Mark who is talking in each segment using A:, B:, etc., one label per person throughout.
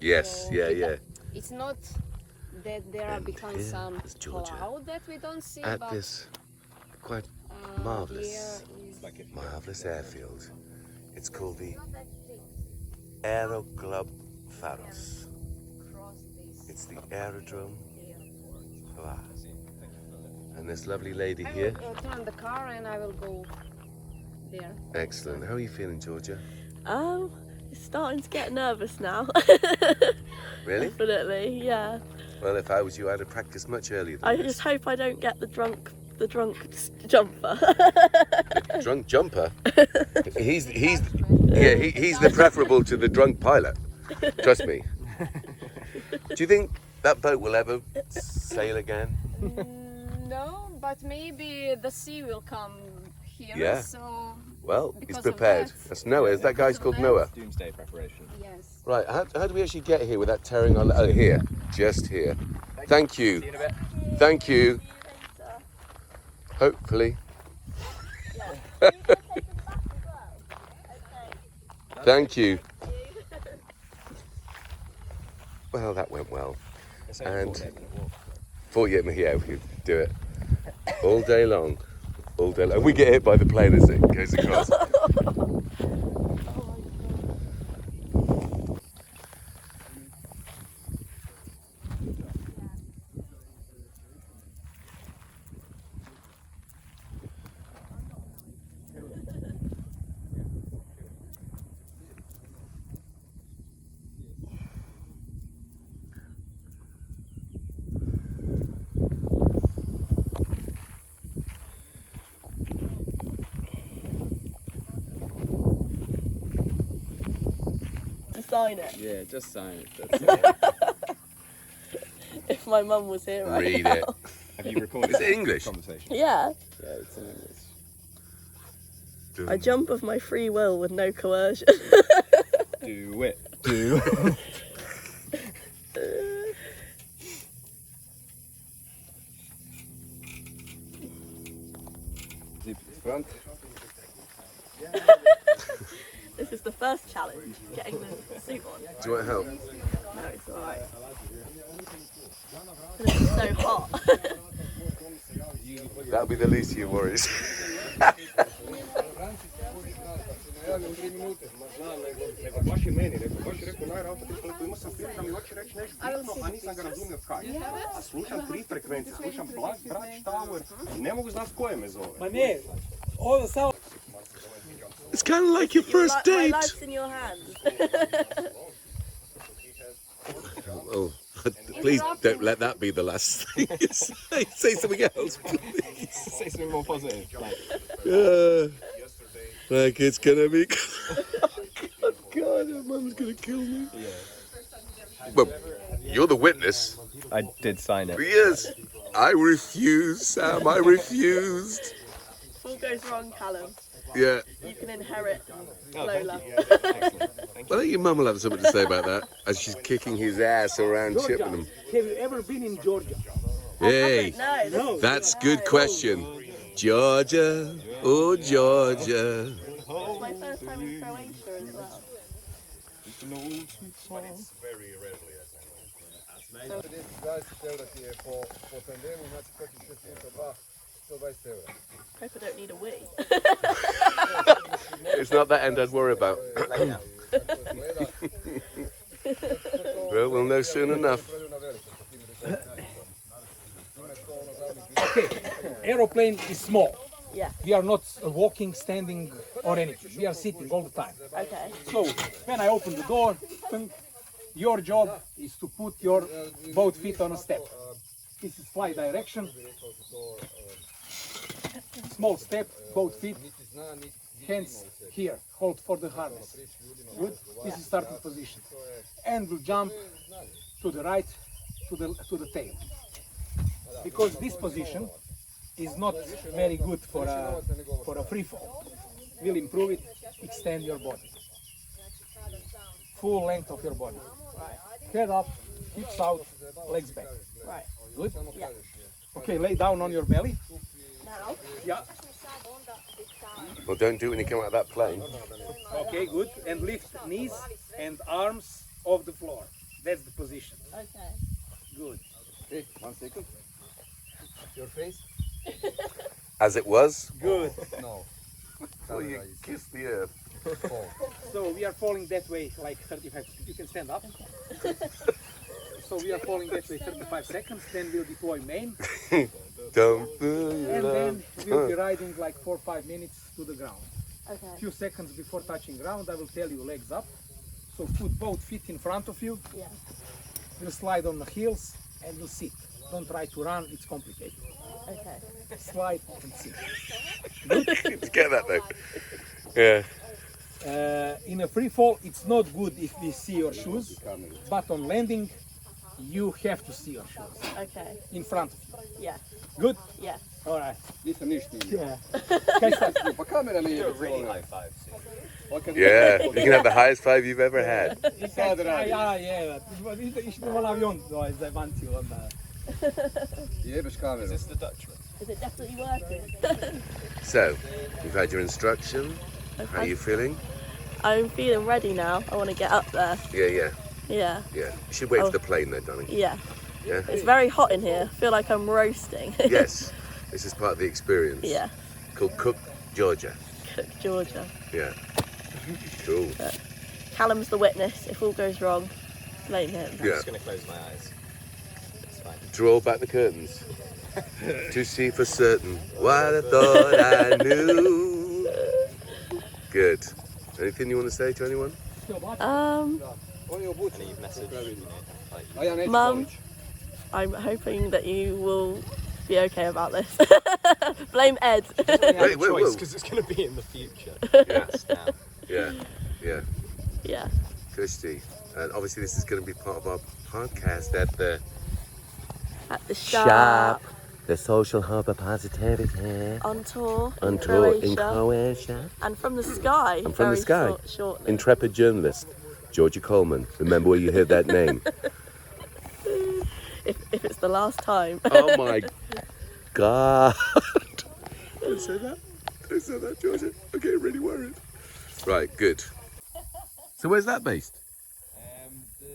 A: Yes,
B: So
A: yeah,
B: it-
A: yeah.
B: It's not that there are
A: And
B: become
A: here
B: some
A: is Georgia.
B: cloud that we don't see,
A: At
B: but
A: this quite
B: uh,
A: marvelous.
B: here is-
A: marvelous airfield, it's called the Aero Club Faros.
B: cross this
A: It's the aerodrome
B: airport.
A: of Ar. And this lovely lady here.
B: I will uh, turn the car and I will go there.
A: Excellent. How are you feeling, Georgia?
C: Oh, it's starting to get nervous now.
A: Really?
C: Definitely, yeah.
A: Well, if I was you, I'd have practiced much earlier than
C: I
A: this.
C: just hope I don't get the drunk, the drunk s- jumper.
A: drunk jumper. he's he's yeah he, he's the preferable to the drunk pilot. Trust me. Do you think that boat will ever sail again?
B: Mm, no, but maybe the sea will come here.
A: Yeah.
B: So
A: Well,
B: Because
A: he's
B: of
A: prepared.
B: that.
A: That's Noah. That guy's called Noah.
D: Doomsday preparation.
B: yes.
A: Right. How, how do we actually get here without tearing our? Oh, here, just here. Thank
D: See you in
A: you.
D: a bit.
A: Thank you. Hopefully. Thank you. Well, that went well.
D: It's only a
A: And-
D: four-day-minute walk.
A: 48 mi- yeah, we could do it all day long. All day long. And we get hit by the plane as it goes across.
C: Design it.
D: Yeah, just sign it.
C: If my mum was here right
A: Read
C: now.
A: it.
D: Have you recorded
A: Is it
D: that
A: English?
D: Conversation.
C: Yeah,
D: Yeah, it's in English.
C: I jump of my free will with no coercion.
D: Do it. Do. Front.
C: this is the first challenge, getting the suit on.
A: Do you want help?
C: No, it's alright. It's so hot.
A: That'll be the least of your worries.
E: Slušam tri frekvencije, slušam Black Brad Tower, ne mogu znat koje me zove.
F: Ma ne, ovo samo...
A: It's kind of like your first
C: Like, my
A: date.
C: life's in your hands.
A: Oh, please don't let that be the last thing you say. Say something else, please.
D: Say something more positive. Like,
A: Yeah. Like it's gonna be. oh God, my mum's gonna kill me. Well, you're the witness.
D: I did sign it.
A: Yes, I refuse, Sam. I refused.
C: If all goes wrong, Callum,
A: Yeah.
C: you can inherit
A: Oh,
D: thank
C: Lola.
A: Well, I think your mum will have something to say about that as she's kicking his ass around Chippenham.
F: have you ever been in Georgia?
A: Hey,
C: No, this
F: No.
A: that's good question. Georgia, oh Georgia.
C: is my first time in Croatia as well. Hope I don't need a wee.
A: It's not that end I'd worry about. well, we'll know soon enough.
F: Aeroplane is small.
C: Yeah.
F: We are not walking, standing, or anything. We are sitting all the time.
C: Okay.
F: So when I open the door, thunk, your job is to put your both feet on a step. This is fly direction. Small step, both feet, hands here, hold for the harness. Good. This is starting position. And we jump to the right, to the to the tail. Because this position is not very good for a for a free fall. We'll improve it. Extend your body full length of your body. Head up, hips out, legs back.
C: Right.
F: Good?
C: Yeah.
F: Okay, lay down on your belly.
C: Now,
F: Yeah.
A: Well, don't do it when you come out of that plane.
F: Okay, good. And lift knees and arms off the floor. That's the position.
G: Okay.
F: Good.
D: Hey, one second. Your face?
A: As it was.
F: Good.
D: No.
A: Well, you kiss the earth.
F: So we are falling that way like 35 You can stand up. so we are falling that way 35 seconds, then we'll deploy main,
A: Don't fool your
F: and
A: love.
F: then we'll be riding like 4 5 minutes to the ground.
G: Okay.
F: few seconds before touching ground, I will tell you legs up. So put both feet in front of you.
G: Yeah.
F: You'll slide on the heels and you'll sit. Don't try to run, it's complicated.
G: Okay.
F: Slide and sit.
A: Get that though. Yeah.
F: Uh, in a free fall, it's not good if we see your shoes, but on landing, you have to see your shoes
G: Okay.
F: in front of you.
G: Yeah.
F: Good?
G: Yeah.
F: All right.
E: Nisam ništa imao.
F: Yeah. Okay, so
E: Pa kamera nije
D: Really
E: really
D: high five.
A: Yeah. You can have the highest five you've ever had.
F: I
E: sad radi.
F: Ja, je, idite, idite malo avion, ovaj, zajbanci, onda.
E: Jebeš kameru.
D: Is this the Dutchman?
G: Is it definitely working?
A: So, you've had your instruction. How are you feeling?
C: I'm feeling ready now. I want to get up there.
A: Yeah, yeah,
C: Yeah,
A: yeah. You should wait
C: Oh.
A: for the plane though, darling.
C: yeah.
A: Yeah.
C: It's very hot in here. I feel like I'm roasting.
A: Yes. This is part of the experience.
C: yeah.
A: Called Cook Georgia.
C: Cook Georgia.
A: Yeah. Cool.
C: Callum's the witness. If all goes wrong, blame him.
D: I'm
A: Yeah.
D: just gonna close my eyes. It's fine.
A: Draw back the curtains to see for certain what I thought I knew. Good. Anything you want to say to anyone?
C: Um,
E: On je
D: And
E: obučen.
D: you've messaged, you know, like
E: A ja neću
C: Mum.
E: palić.
C: I'm hoping that you will be okay about this. blame Ed.
A: Wait, whoa, whoa.
D: because it's gonna be in the future.
A: Yeah,
D: It's now.
A: yeah, yeah.
C: yeah.
A: Kirsty. And obviously, this is going to be part of our podcast at the
C: At the shop.
H: Sharp, the social hub of positivity.
C: On tour.
H: On
C: in
H: tour
C: Croatia.
H: in Croatia.
C: and from the sky.
A: And from
C: very
A: the sky.
C: short- shortly.
A: Intrepid journalist, Georgia Coleman. Remember where you heard that name.
C: if, if it's the last time.
A: Oh my God. Don't say that. Don't say that, Georgia. I'm getting really worried. Right, good. So, where's that based?
I: Um, the,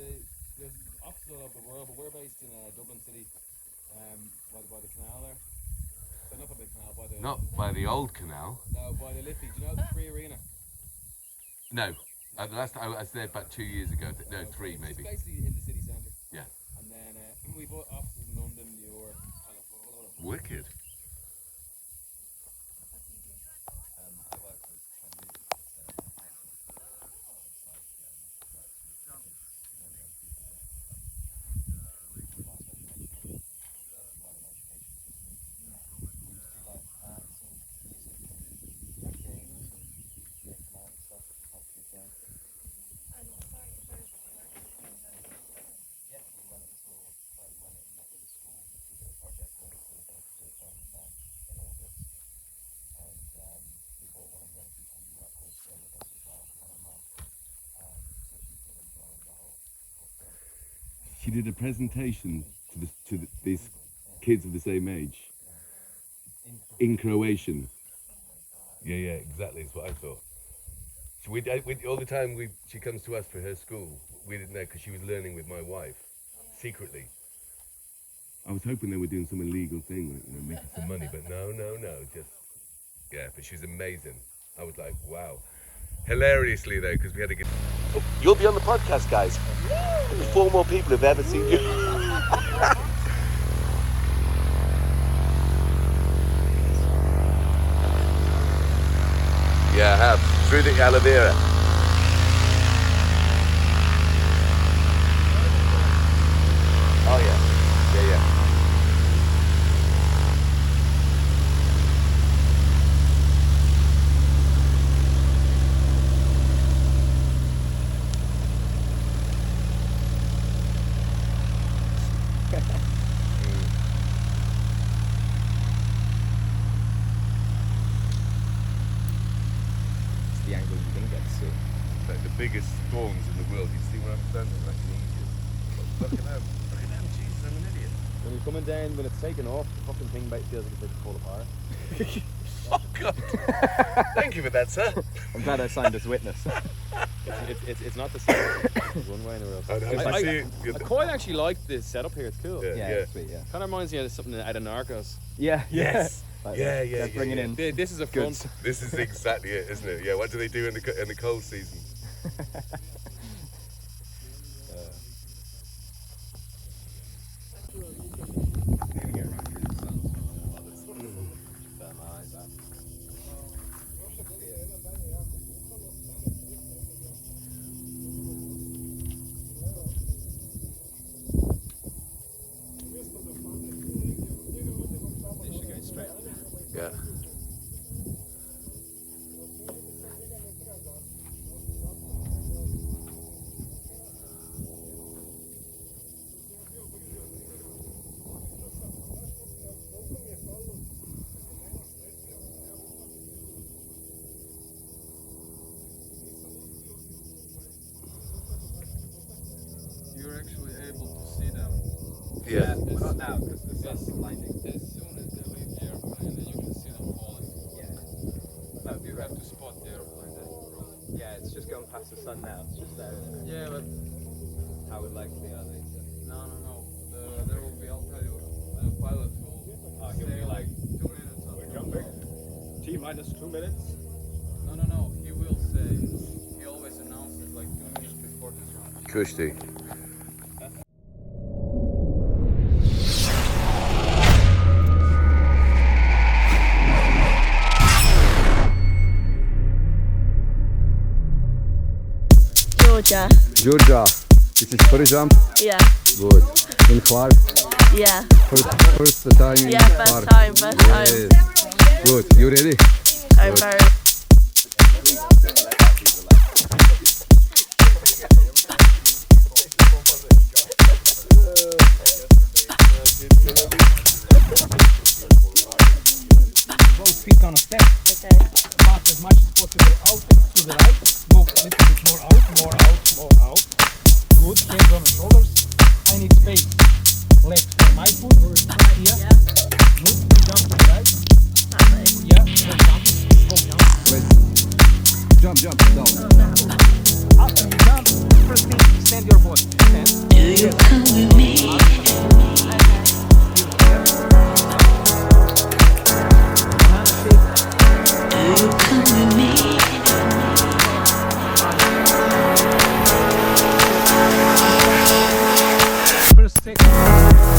I: there's offices all over the world, but we're based in uh, Dublin City, um, by, the, by the canal there. So not by the canal, by the
A: Not by the old canal.
I: no, by the Liffey. Do you know the Free Arena?
A: No. Uh, the last I was there about two years ago. th- No, three
I: It's
A: maybe.
I: basically in the city centre.
A: Yeah.
I: And then uh, we've got offices in London, New York, California, all over.
A: Wicked. She did a presentation to, the, to the, these kids of the same age in Croatian. Yeah, yeah, exactly. That's what I thought. So we, I- we, all the time we, she comes to us for her school. We didn't know because she was learning with my wife secretly. I was hoping they were doing some illegal thing, like, you know, making some money, but no, no, no, just yeah. But she was amazing. I was like, wow. Hilariously though, because we had a good. you'll be on the podcast, guys. Four more people have ever seen you. yeah, I have. Through the aloe vera. Oh, yeah. Yeah, yeah.
D: It's the angle you didn't get to see.
A: Like the biggest storms in the world. You see where I'm standing, like in Egypt. Look at them. Look at them. Jesus, I'm an idiot.
D: When you're coming down, when it's taken off, the fucking thing about feels like it's going to fall apart.
A: Oh, God. Thank you for that, sir.
D: I'm glad I signed as witness. It's, it's, it's not the same as one way anywhere else.
A: I, I,
D: I-
A: I
D: I-
A: see it.
D: I quite actually like the setup here. It's cool.
A: Yeah,
J: Yeah,
A: yeah.
J: it's sweet, yeah.
D: Kind of reminds me of something out of Narcos.
J: Yeah,
A: Yes.
J: Like
A: Yeah,
J: that.
A: yeah,
J: They're
A: yeah,
J: Bringing
A: yeah.
J: in
D: Th- This is a
J: goods.
D: front.
A: This is exactly it, isn't it? Yeah. What do they do in the co- in the cold season? Yeah.
I: You're actually able to see them.
A: Yeah.
I: Not now, because the sun's blinding. As soon as they leave the airplane, then you can see them falling. Yeah. No, you have to spot the airplane.
J: Yeah, it's just going past the sun now. It's just there.
I: Yeah, but
J: How would likely are they?
I: no, no, no. The, there will be, I'll tell you, the pilot will
J: Ah,
I: oh, stay like two minutes. We're jumping.
D: T minus two minutes.
I: No, no, no. He will say. He always announces like two minutes before this round.
A: Kushti.
C: Georgia.
J: Georgia. This is first jump.
C: Yeah.
J: Good. In park.
C: Yeah.
J: First, first time in
C: Yeah. First time. First time.
J: Good. You ready?
C: I'm very.
F: Both feet on a step.
C: Okay.
F: Pass as much as possible out to the right. Go a little bit more out, more out, more out. Good. Hands on the shoulders. I need space. Left for my foot. Here. Good. Jump to the right. Yeah. Go jump. Go jump.
J: Jump, jump, down.
F: After you jump, first thing, extend your body. Extend. First take.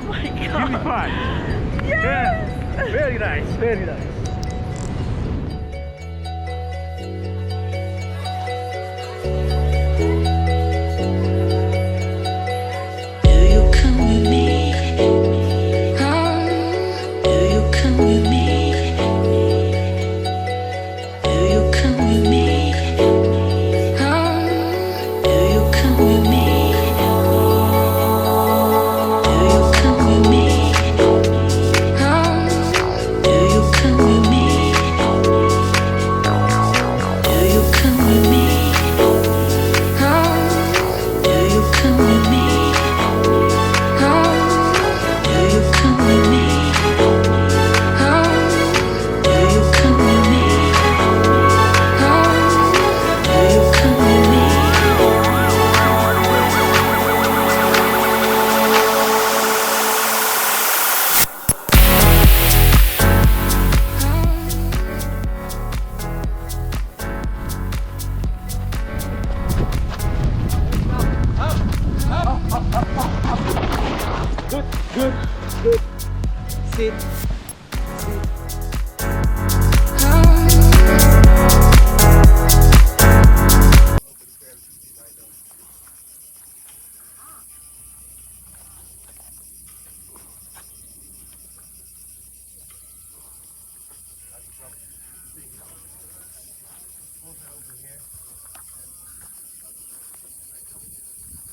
C: Oh,
F: fun. Yeah. Very nice. Very nice.
K: Good, good, good. Sit.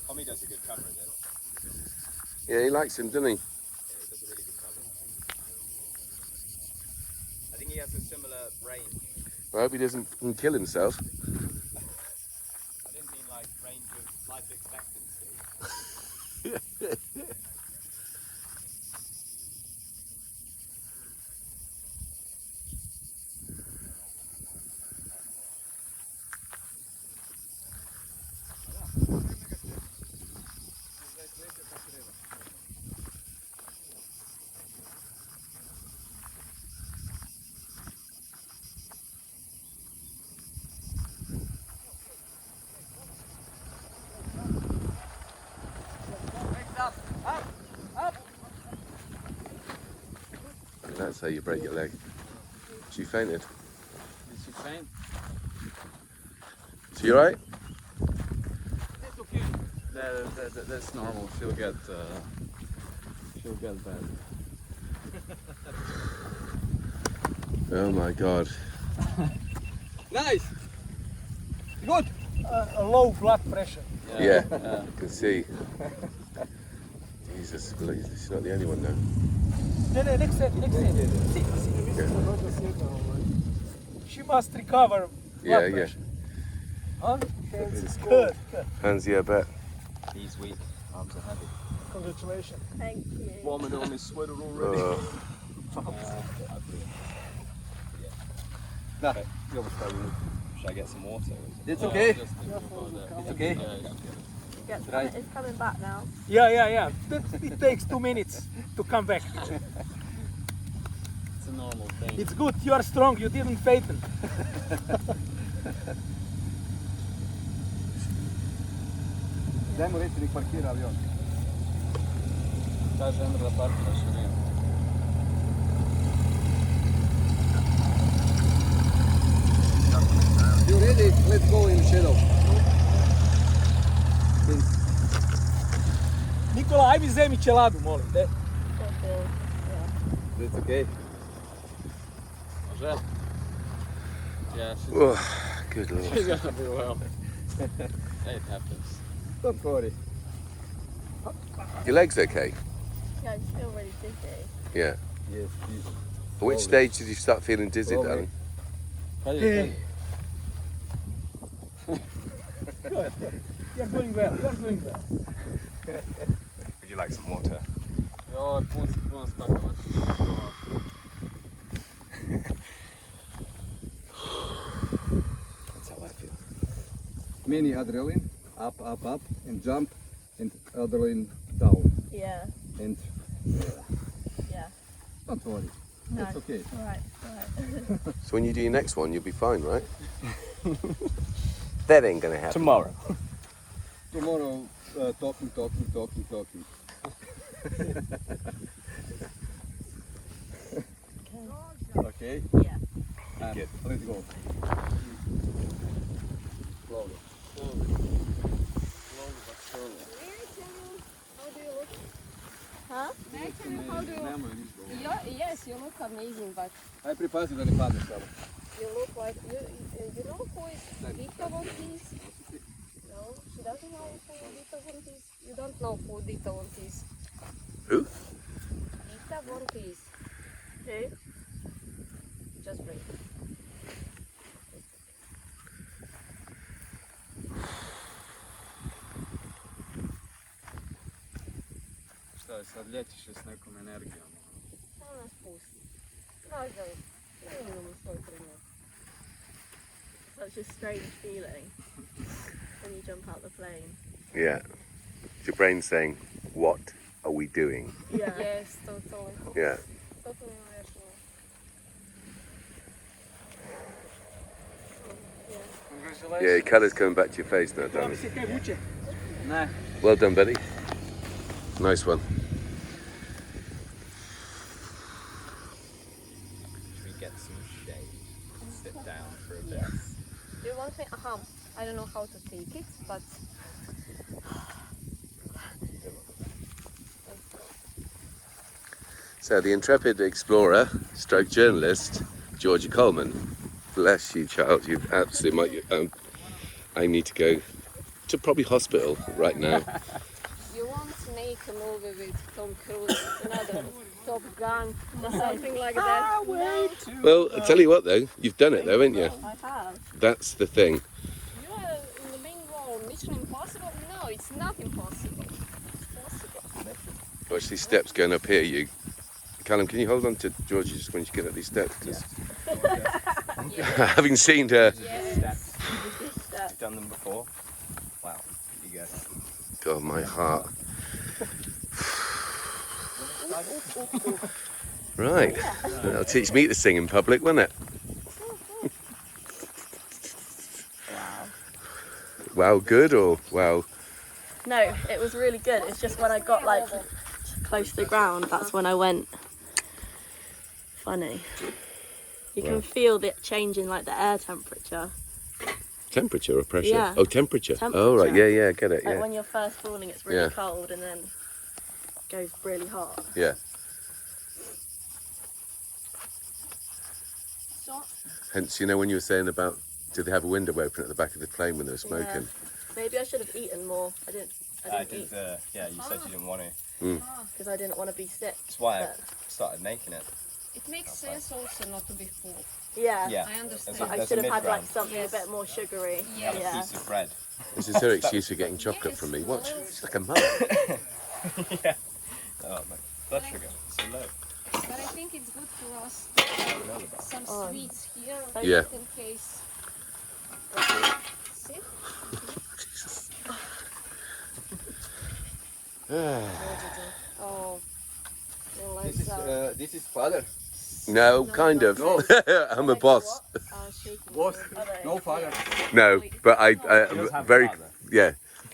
L: Tommy does a good cover of this.
A: Yeah, he likes him, doesn't he?
L: He does a really good cover. I think he has a similar
F: Uh,
L: range.
A: I hope he doesn't kill himself.
L: I didn't mean like range of life expectancy.
A: That's how you break your leg. She fainted.
L: Is she faint?
A: She all right?
L: That, that, that, that's normal. She'll get. Uh, she'll get better.
A: Oh my god.
K: Nice. Good. Uh, a low blood pressure.
A: Yeah, I can see. Jesus, well, he's he's not the only one now.
K: No, no, next set, next set. See, see, She must recover.
A: Yeah,
K: blood
A: yeah.
K: pressure. Huh? Good, good.
A: Hands, yeah, bet.
L: He's weak. Arms are heavy.
K: Congratulations.
C: Thank you.
L: Warming on his sweater already.
A: Uh,
L: No, you're Should I get some water?
K: It's okay.
L: It's
K: okay.
C: Gets-
L: Right.
C: It's coming back now.
K: Yeah, yeah, yeah. That- It takes two minutes to come back.
L: It's a normal thing.
K: It's good. You are strong. You didn't faint.
D: Dajmo reći nek parkira avion.
L: Kaže Emre da parkiraš avion.
D: You ready? Let's go in shadow.
K: Nikola, aj mi zemi čeladu, molim. te.
D: That's okay.
L: Može? Yeah, she's,
A: oh, good lord.
L: she's gonna be well. it happens.
D: Don't worry.
A: Your leg's okay.
C: Yeah, I just feel really dizzy.
A: Yeah.
D: Yes, please.
A: At which stage did you start feeling dizzy,
D: Slowly.
A: darling?
L: Hey.
K: You're doing well. You're doing well.
L: Would you like some water?
M: Ja, det måste vara spännande.
L: That's how I feel.
D: Mini adrenaline, up, up, up, and jump, and adrenaline down.
C: Yeah,
D: And
C: yeah.
D: don't worry.
C: No.
D: It's okay.
C: Alright, alright.
A: So when you do your next one, you'll be fine, right? that ain't gonna happen.
L: Tomorrow.
D: E, Tomorrow, uh, talking, talking, talking, talking. Okay?
G: Yeah.
D: Um, let's go. Slowly.
G: Huh?
B: May I tell you how do you... You're- Yes, you look amazing, but
D: Hai pripazit da ne padne samo.
B: you look like... You, you know who is Dita Von Teese? No, she doesn't know who Dita Von Teese. You don't know who Dita Von Teese.
A: Who?
B: Dita Von Teese.
G: Who?
B: Just break.
D: Šta je sad ljetiše s nekom energijom?
B: Она нас пусти. Каждый. Ну, именно свой пример.
C: Such a strange feeling when you jump out the plane.
A: Yeah. It's your brain saying, what are we doing?
C: Yeah.
B: Yes, totally.
A: Yeah.
B: Totally rational.
A: Yeah, your colour's coming back to your face now, darling.
F: Kaj vuče?
D: Ne.
A: Well done, buddy. Nice one.
L: Should we get some shade? Sit down for a bit.
B: Do you want me? Aha. I don't know how to take it, but.
A: So, the intrepid explorer, stroke journalist, Georgia Coleman. Bless you, child. You absolutely might. You, um, I need to go to probably hospital right now.
B: You want to make a movie with Tom Cruise, another Top Gun, or something like that?
A: Well, I tell you what, though, you've done it, though, haven't you?
B: I have.
A: That's the thing.
B: You are in the main role. Mission Impossible? No, it's not impossible. It's possible.
A: Watch these steps going up here. You, Callum, can you hold on to Georgie just when you get up these steps? 'Cause having seen her,
L: Steps. You've done them before. Wow, you guys.
A: God, oh, my heart. Right, that'll teach me to sing in public, won't it? Wow, good or wow?
C: No, it was really good. It's just when I got like close to the ground, that's when I went funny. You can
A: Wow.
C: feel the change in like the air temperature.
A: Temperature or pressure?
C: Yeah.
A: Oh, temperature. Oh, right, yeah,
C: Temperature.
A: yeah, I get it,
C: Like
A: yeah.
C: when you're first falling, it's really
A: Yeah.
C: cold and then goes really hot.
A: Yeah.
C: So,
A: Hence, you know, when you were saying about did they have a window open at the back of the plane when they were smoking?
C: Maybe I should have eaten more. I didn't.
L: I
C: I didn't Ah.
L: did the. Yeah, you said you didn't want to.
A: Mm.
C: because I didn't want to be sick.
L: That's why I started making it.
B: It makes sense also not to be full.
C: Yeah.
L: Yeah.
B: I understand.
L: There's a-
C: But I
L: there's a
C: should have had like
L: mid-ground.
C: something a bit more sugary.
L: Have a piece of bread.
A: This is her excuse for getting chocolate from me. Watch, she's like a mum.
L: yeah. Oh, my blood sugar. It's so low.
B: But I think it's good for us to have some
C: Oh.
B: sweets here
A: Yeah.
B: just in case. See? Oh, you like
D: This is,
B: that?
D: uh, this is father.
A: No, kind of.
D: No.
A: I'm a boss.
B: uh,
D: Boss. No father.
A: No, but I, I am very, yeah.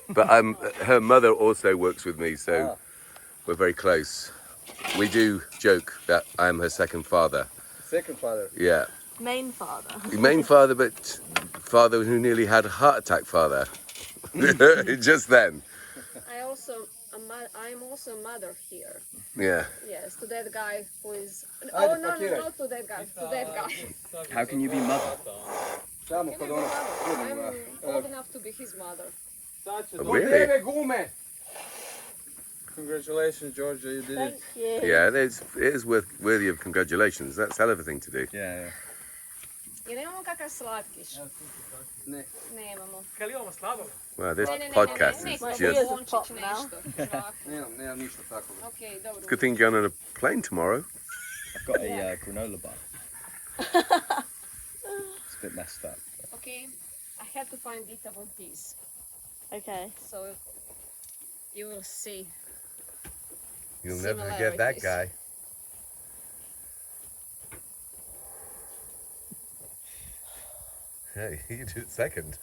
A: But um, her mother also works with me, so we're very close. We do joke that I am her second father.
D: Second father.
A: Yeah,
C: Main father.
A: main father, but father who nearly had a heart attack. Father, just then.
B: I also, a mo- I'm also a mother here.
A: Yeah.
B: Yes, to that guy who is.
D: Ah,
B: Oh
D: the
B: no, no,
D: Fakira.
B: not to that guy. To that guy.
D: How can you be mother? Samo kod onog drugog,
B: I'm
D: uh, uh,
B: old enough to be his mother.
A: Really?
D: Congratulations, Georgia, you did it.
C: Thank
A: Yeah, it is, it is worth, worthy of congratulations. That's a hell of a thing to do.
D: Yeah,
B: Jer imamo kakav slatkiš?
D: Ne.
B: Nemamo.
F: Kaj imamo slabo?
A: Wow, this
B: Ne, ne, ne,
A: podcast
B: ne, ne,
A: is
B: ne, ne,
A: just.
B: bončić nešto.
D: Nemam, nemam ništa tako.
B: Okej, dobro.
A: Good thing you're on a plane tomorrow.
L: I've got a uh, granola bar. It's a bit messed up.
B: Okay, I have to find Dita von Teese.
C: Okay.
B: So you will see.
A: You'll never forget that guy. Hey, you did second.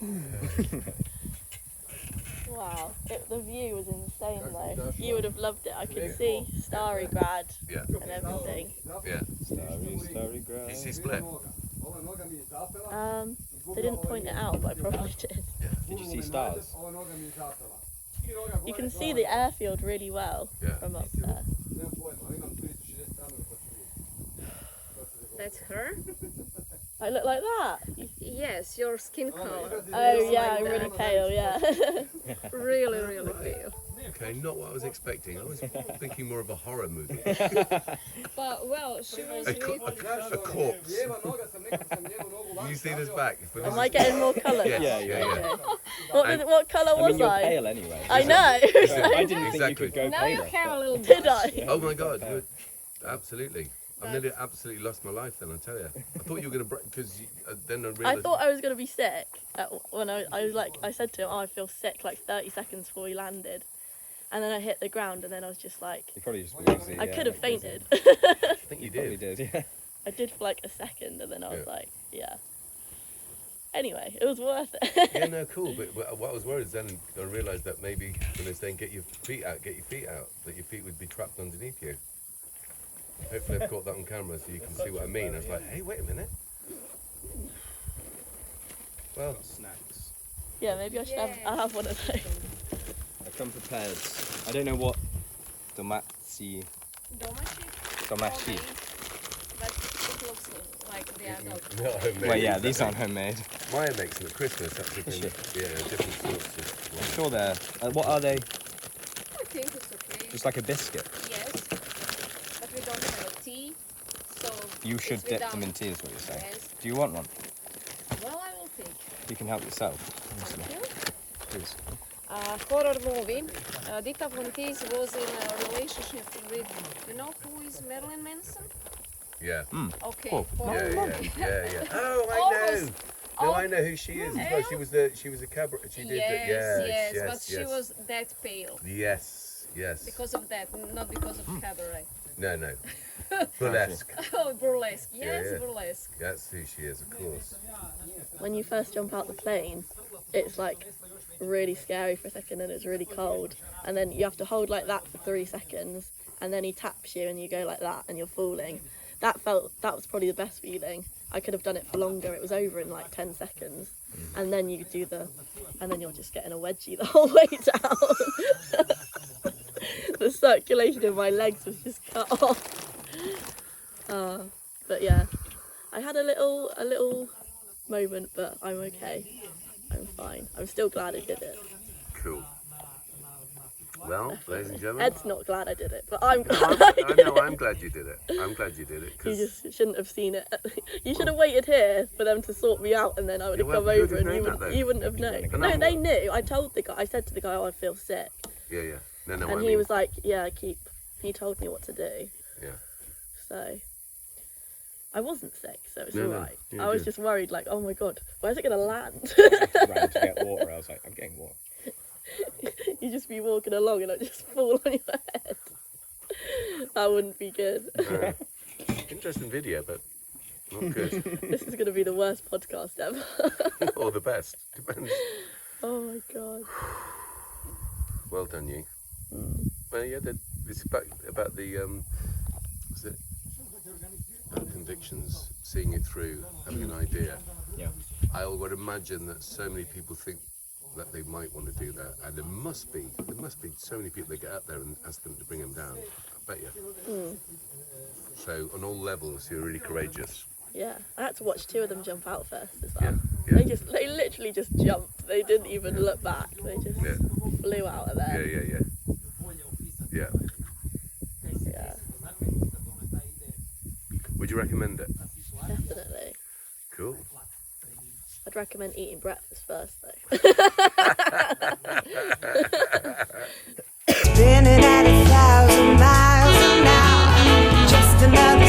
B: Wow.
C: Wow, it, the view was insane though. You would have loved it. I could see Starry Grad
A: Yeah.
C: and everything.
A: Yeah.
L: Starry, starry ground.
A: Is he split?
C: Um, they didn't point it out, but I probably did.
L: Did you see stars?
C: You can see the airfield really well
A: Yeah.
C: from up there.
B: That's her?
C: I look like that.
B: Yes, your skin color.
C: Oh
B: is
C: yeah,
B: like
C: I'm really
B: that.
C: pale. Yeah.
B: Really, really pale.
A: Okay, not what I was expecting. I was thinking more of a horror movie.
B: But well, she was
A: A, co-
B: with
A: a, a corpse. you see this back? But this
C: Am I
A: is-
C: getting more colour?
A: Yes, yeah, yeah.
C: What,
A: And-
C: was- what colour
L: I
C: was
L: mean, you're
C: I?
L: pale anyway.
C: I know.
L: So I didn't think you
A: Exactly.
L: could go
B: Now you
L: paler.
B: have a little
C: Did
B: blush.
C: I?
A: Oh my god, you were- absolutely. I've nearly absolutely lost my life then, I tell you. I thought you were going to break, because uh, then I realised.
C: I thought I was gonna be sick at, when I, I was like I said to him oh, I feel sick like 30 seconds before we landed, and then I hit the ground and then I was just like
L: You probably just woozy,
C: I
L: yeah,
C: could have
L: like woozy.
C: fainted.
A: I think you
L: Probably
A: did.
L: did, yeah.
C: I did for like a second and then I was
A: Yeah.
C: like yeah. Anyway, it was worth it.
A: Yeah, no, cool. But, but what I was worried is then I realised that maybe when they're saying get your feet out, get your feet out, that your feet would be trapped underneath you. Hopefully, I've caught that on camera so you can see what I mean. I was like, hey, wait a minute. Well,
L: Snacks.
C: yeah, maybe I should have I'll have one of those.
L: I come prepared. I don't know what domaci domaci.
B: But it looks like they are not.
A: not homemade.
L: Well, yeah,
A: is
L: these
A: that
L: aren't homemade.
A: it? Maya makes them at Christmas. That's the thing. Yeah, different sorts of.
L: I'm sure they're. Uh, what are they?
B: I think it's okay.
L: Just like a biscuit.
B: Yes, but we don't have a tea, so.
L: You
B: it's
L: should dip them
B: without-
L: in tea, is what you're saying.
B: Yes.
L: Do you want one?
B: Well, I will take.
L: You can help yourself. Honestly.
B: Thank you.
L: Please.
B: A horror movie. Uh, Dita Fontes was in a relationship with, you know who is Marilyn Manson?
A: Yeah.
B: Okay.
L: Oh,
B: horror
A: Yeah, yeah,
B: movie.
A: yeah, yeah. Oh, I
B: Almost.
A: know. No, I know who she is. as well. She was the she was a cabaret. She did
B: Yes,
A: the yes,
B: yes,
A: yes,
B: but she
A: yes.
B: was that pale
A: Yes, yes.
B: because of that, not because of cabaret.
A: no, no. Burlesque.
B: Oh, burlesque.
A: Yeah,
B: Yes,
A: yeah.
B: burlesque.
A: That's who she is, of course.
C: When you first jump out the plane, it's like really scary for a second and it's really cold. And then you have to hold like that for three seconds and then he taps you and you go like that and you're falling. That felt that was probably the best feeling. I could have done it for longer, it was over in like ten seconds. And then you do the and then you're just getting a wedgie the whole way down. the circulation in my legs was just cut off. Uh, but yeah. I had a little a little moment, but I'm okay. I'm fine. I'm still glad I did it.
A: Cool. Well, ladies and gentlemen,
C: Ed's not glad I did it, but I'm glad I
A: I
C: did
A: know I'm glad you did it. I'm glad you did it
C: You
A: because
C: just shouldn't have seen it. You should have waited here for them to sort me out, and then I would have
A: Yeah, well,
C: come
A: you
C: over,
A: would've
C: and you,
A: known that,
C: would,
A: though.
C: you wouldn't have known.
A: And
C: No,
A: I'm-
C: they knew. I told the guy. I said to the guy, "Oh, I feel sick,"
A: yeah, yeah. No, no,
C: and
A: I
C: he
A: mean,
C: was like, "Yeah, keep." He told me what to do.
A: Yeah.
C: So. I wasn't sick, so it's
A: No, no,
C: alright.
A: you're
C: I was
A: good.
C: just worried, like, oh my god, where's it gonna land?
L: Ran to get water. I was like, I'm getting water.
C: you just be walking along and it just fall on your head. that wouldn't be good.
A: uh, interesting video, but not good
C: this is going to be the worst podcast ever.
A: or the best. Depends.
C: oh my god.
A: Well done, you. Well, yeah, the, it's about, about the um, what's it? Our convictions, seeing it through, having an idea.
L: Yeah.
A: I would imagine that so many people think that they might want to do that, and there must be there must be so many people that get up there and ask them to bring them down. I bet you. So on all levels, you're really courageous.
C: Yeah, I had to watch two of them jump out first as
A: Yeah.
C: well.
A: Yeah.
C: They just, they literally just jumped. They didn't even look back. They just
A: Yeah.
C: flew out of
A: Yeah,
C: there.
A: yeah, yeah. Yeah.
C: Yeah,
A: Would you recommend it?
C: definitely.
A: Cool.
C: I'd recommend eating breakfast first though.
N: Spinning at a thousand miles an hour. Just another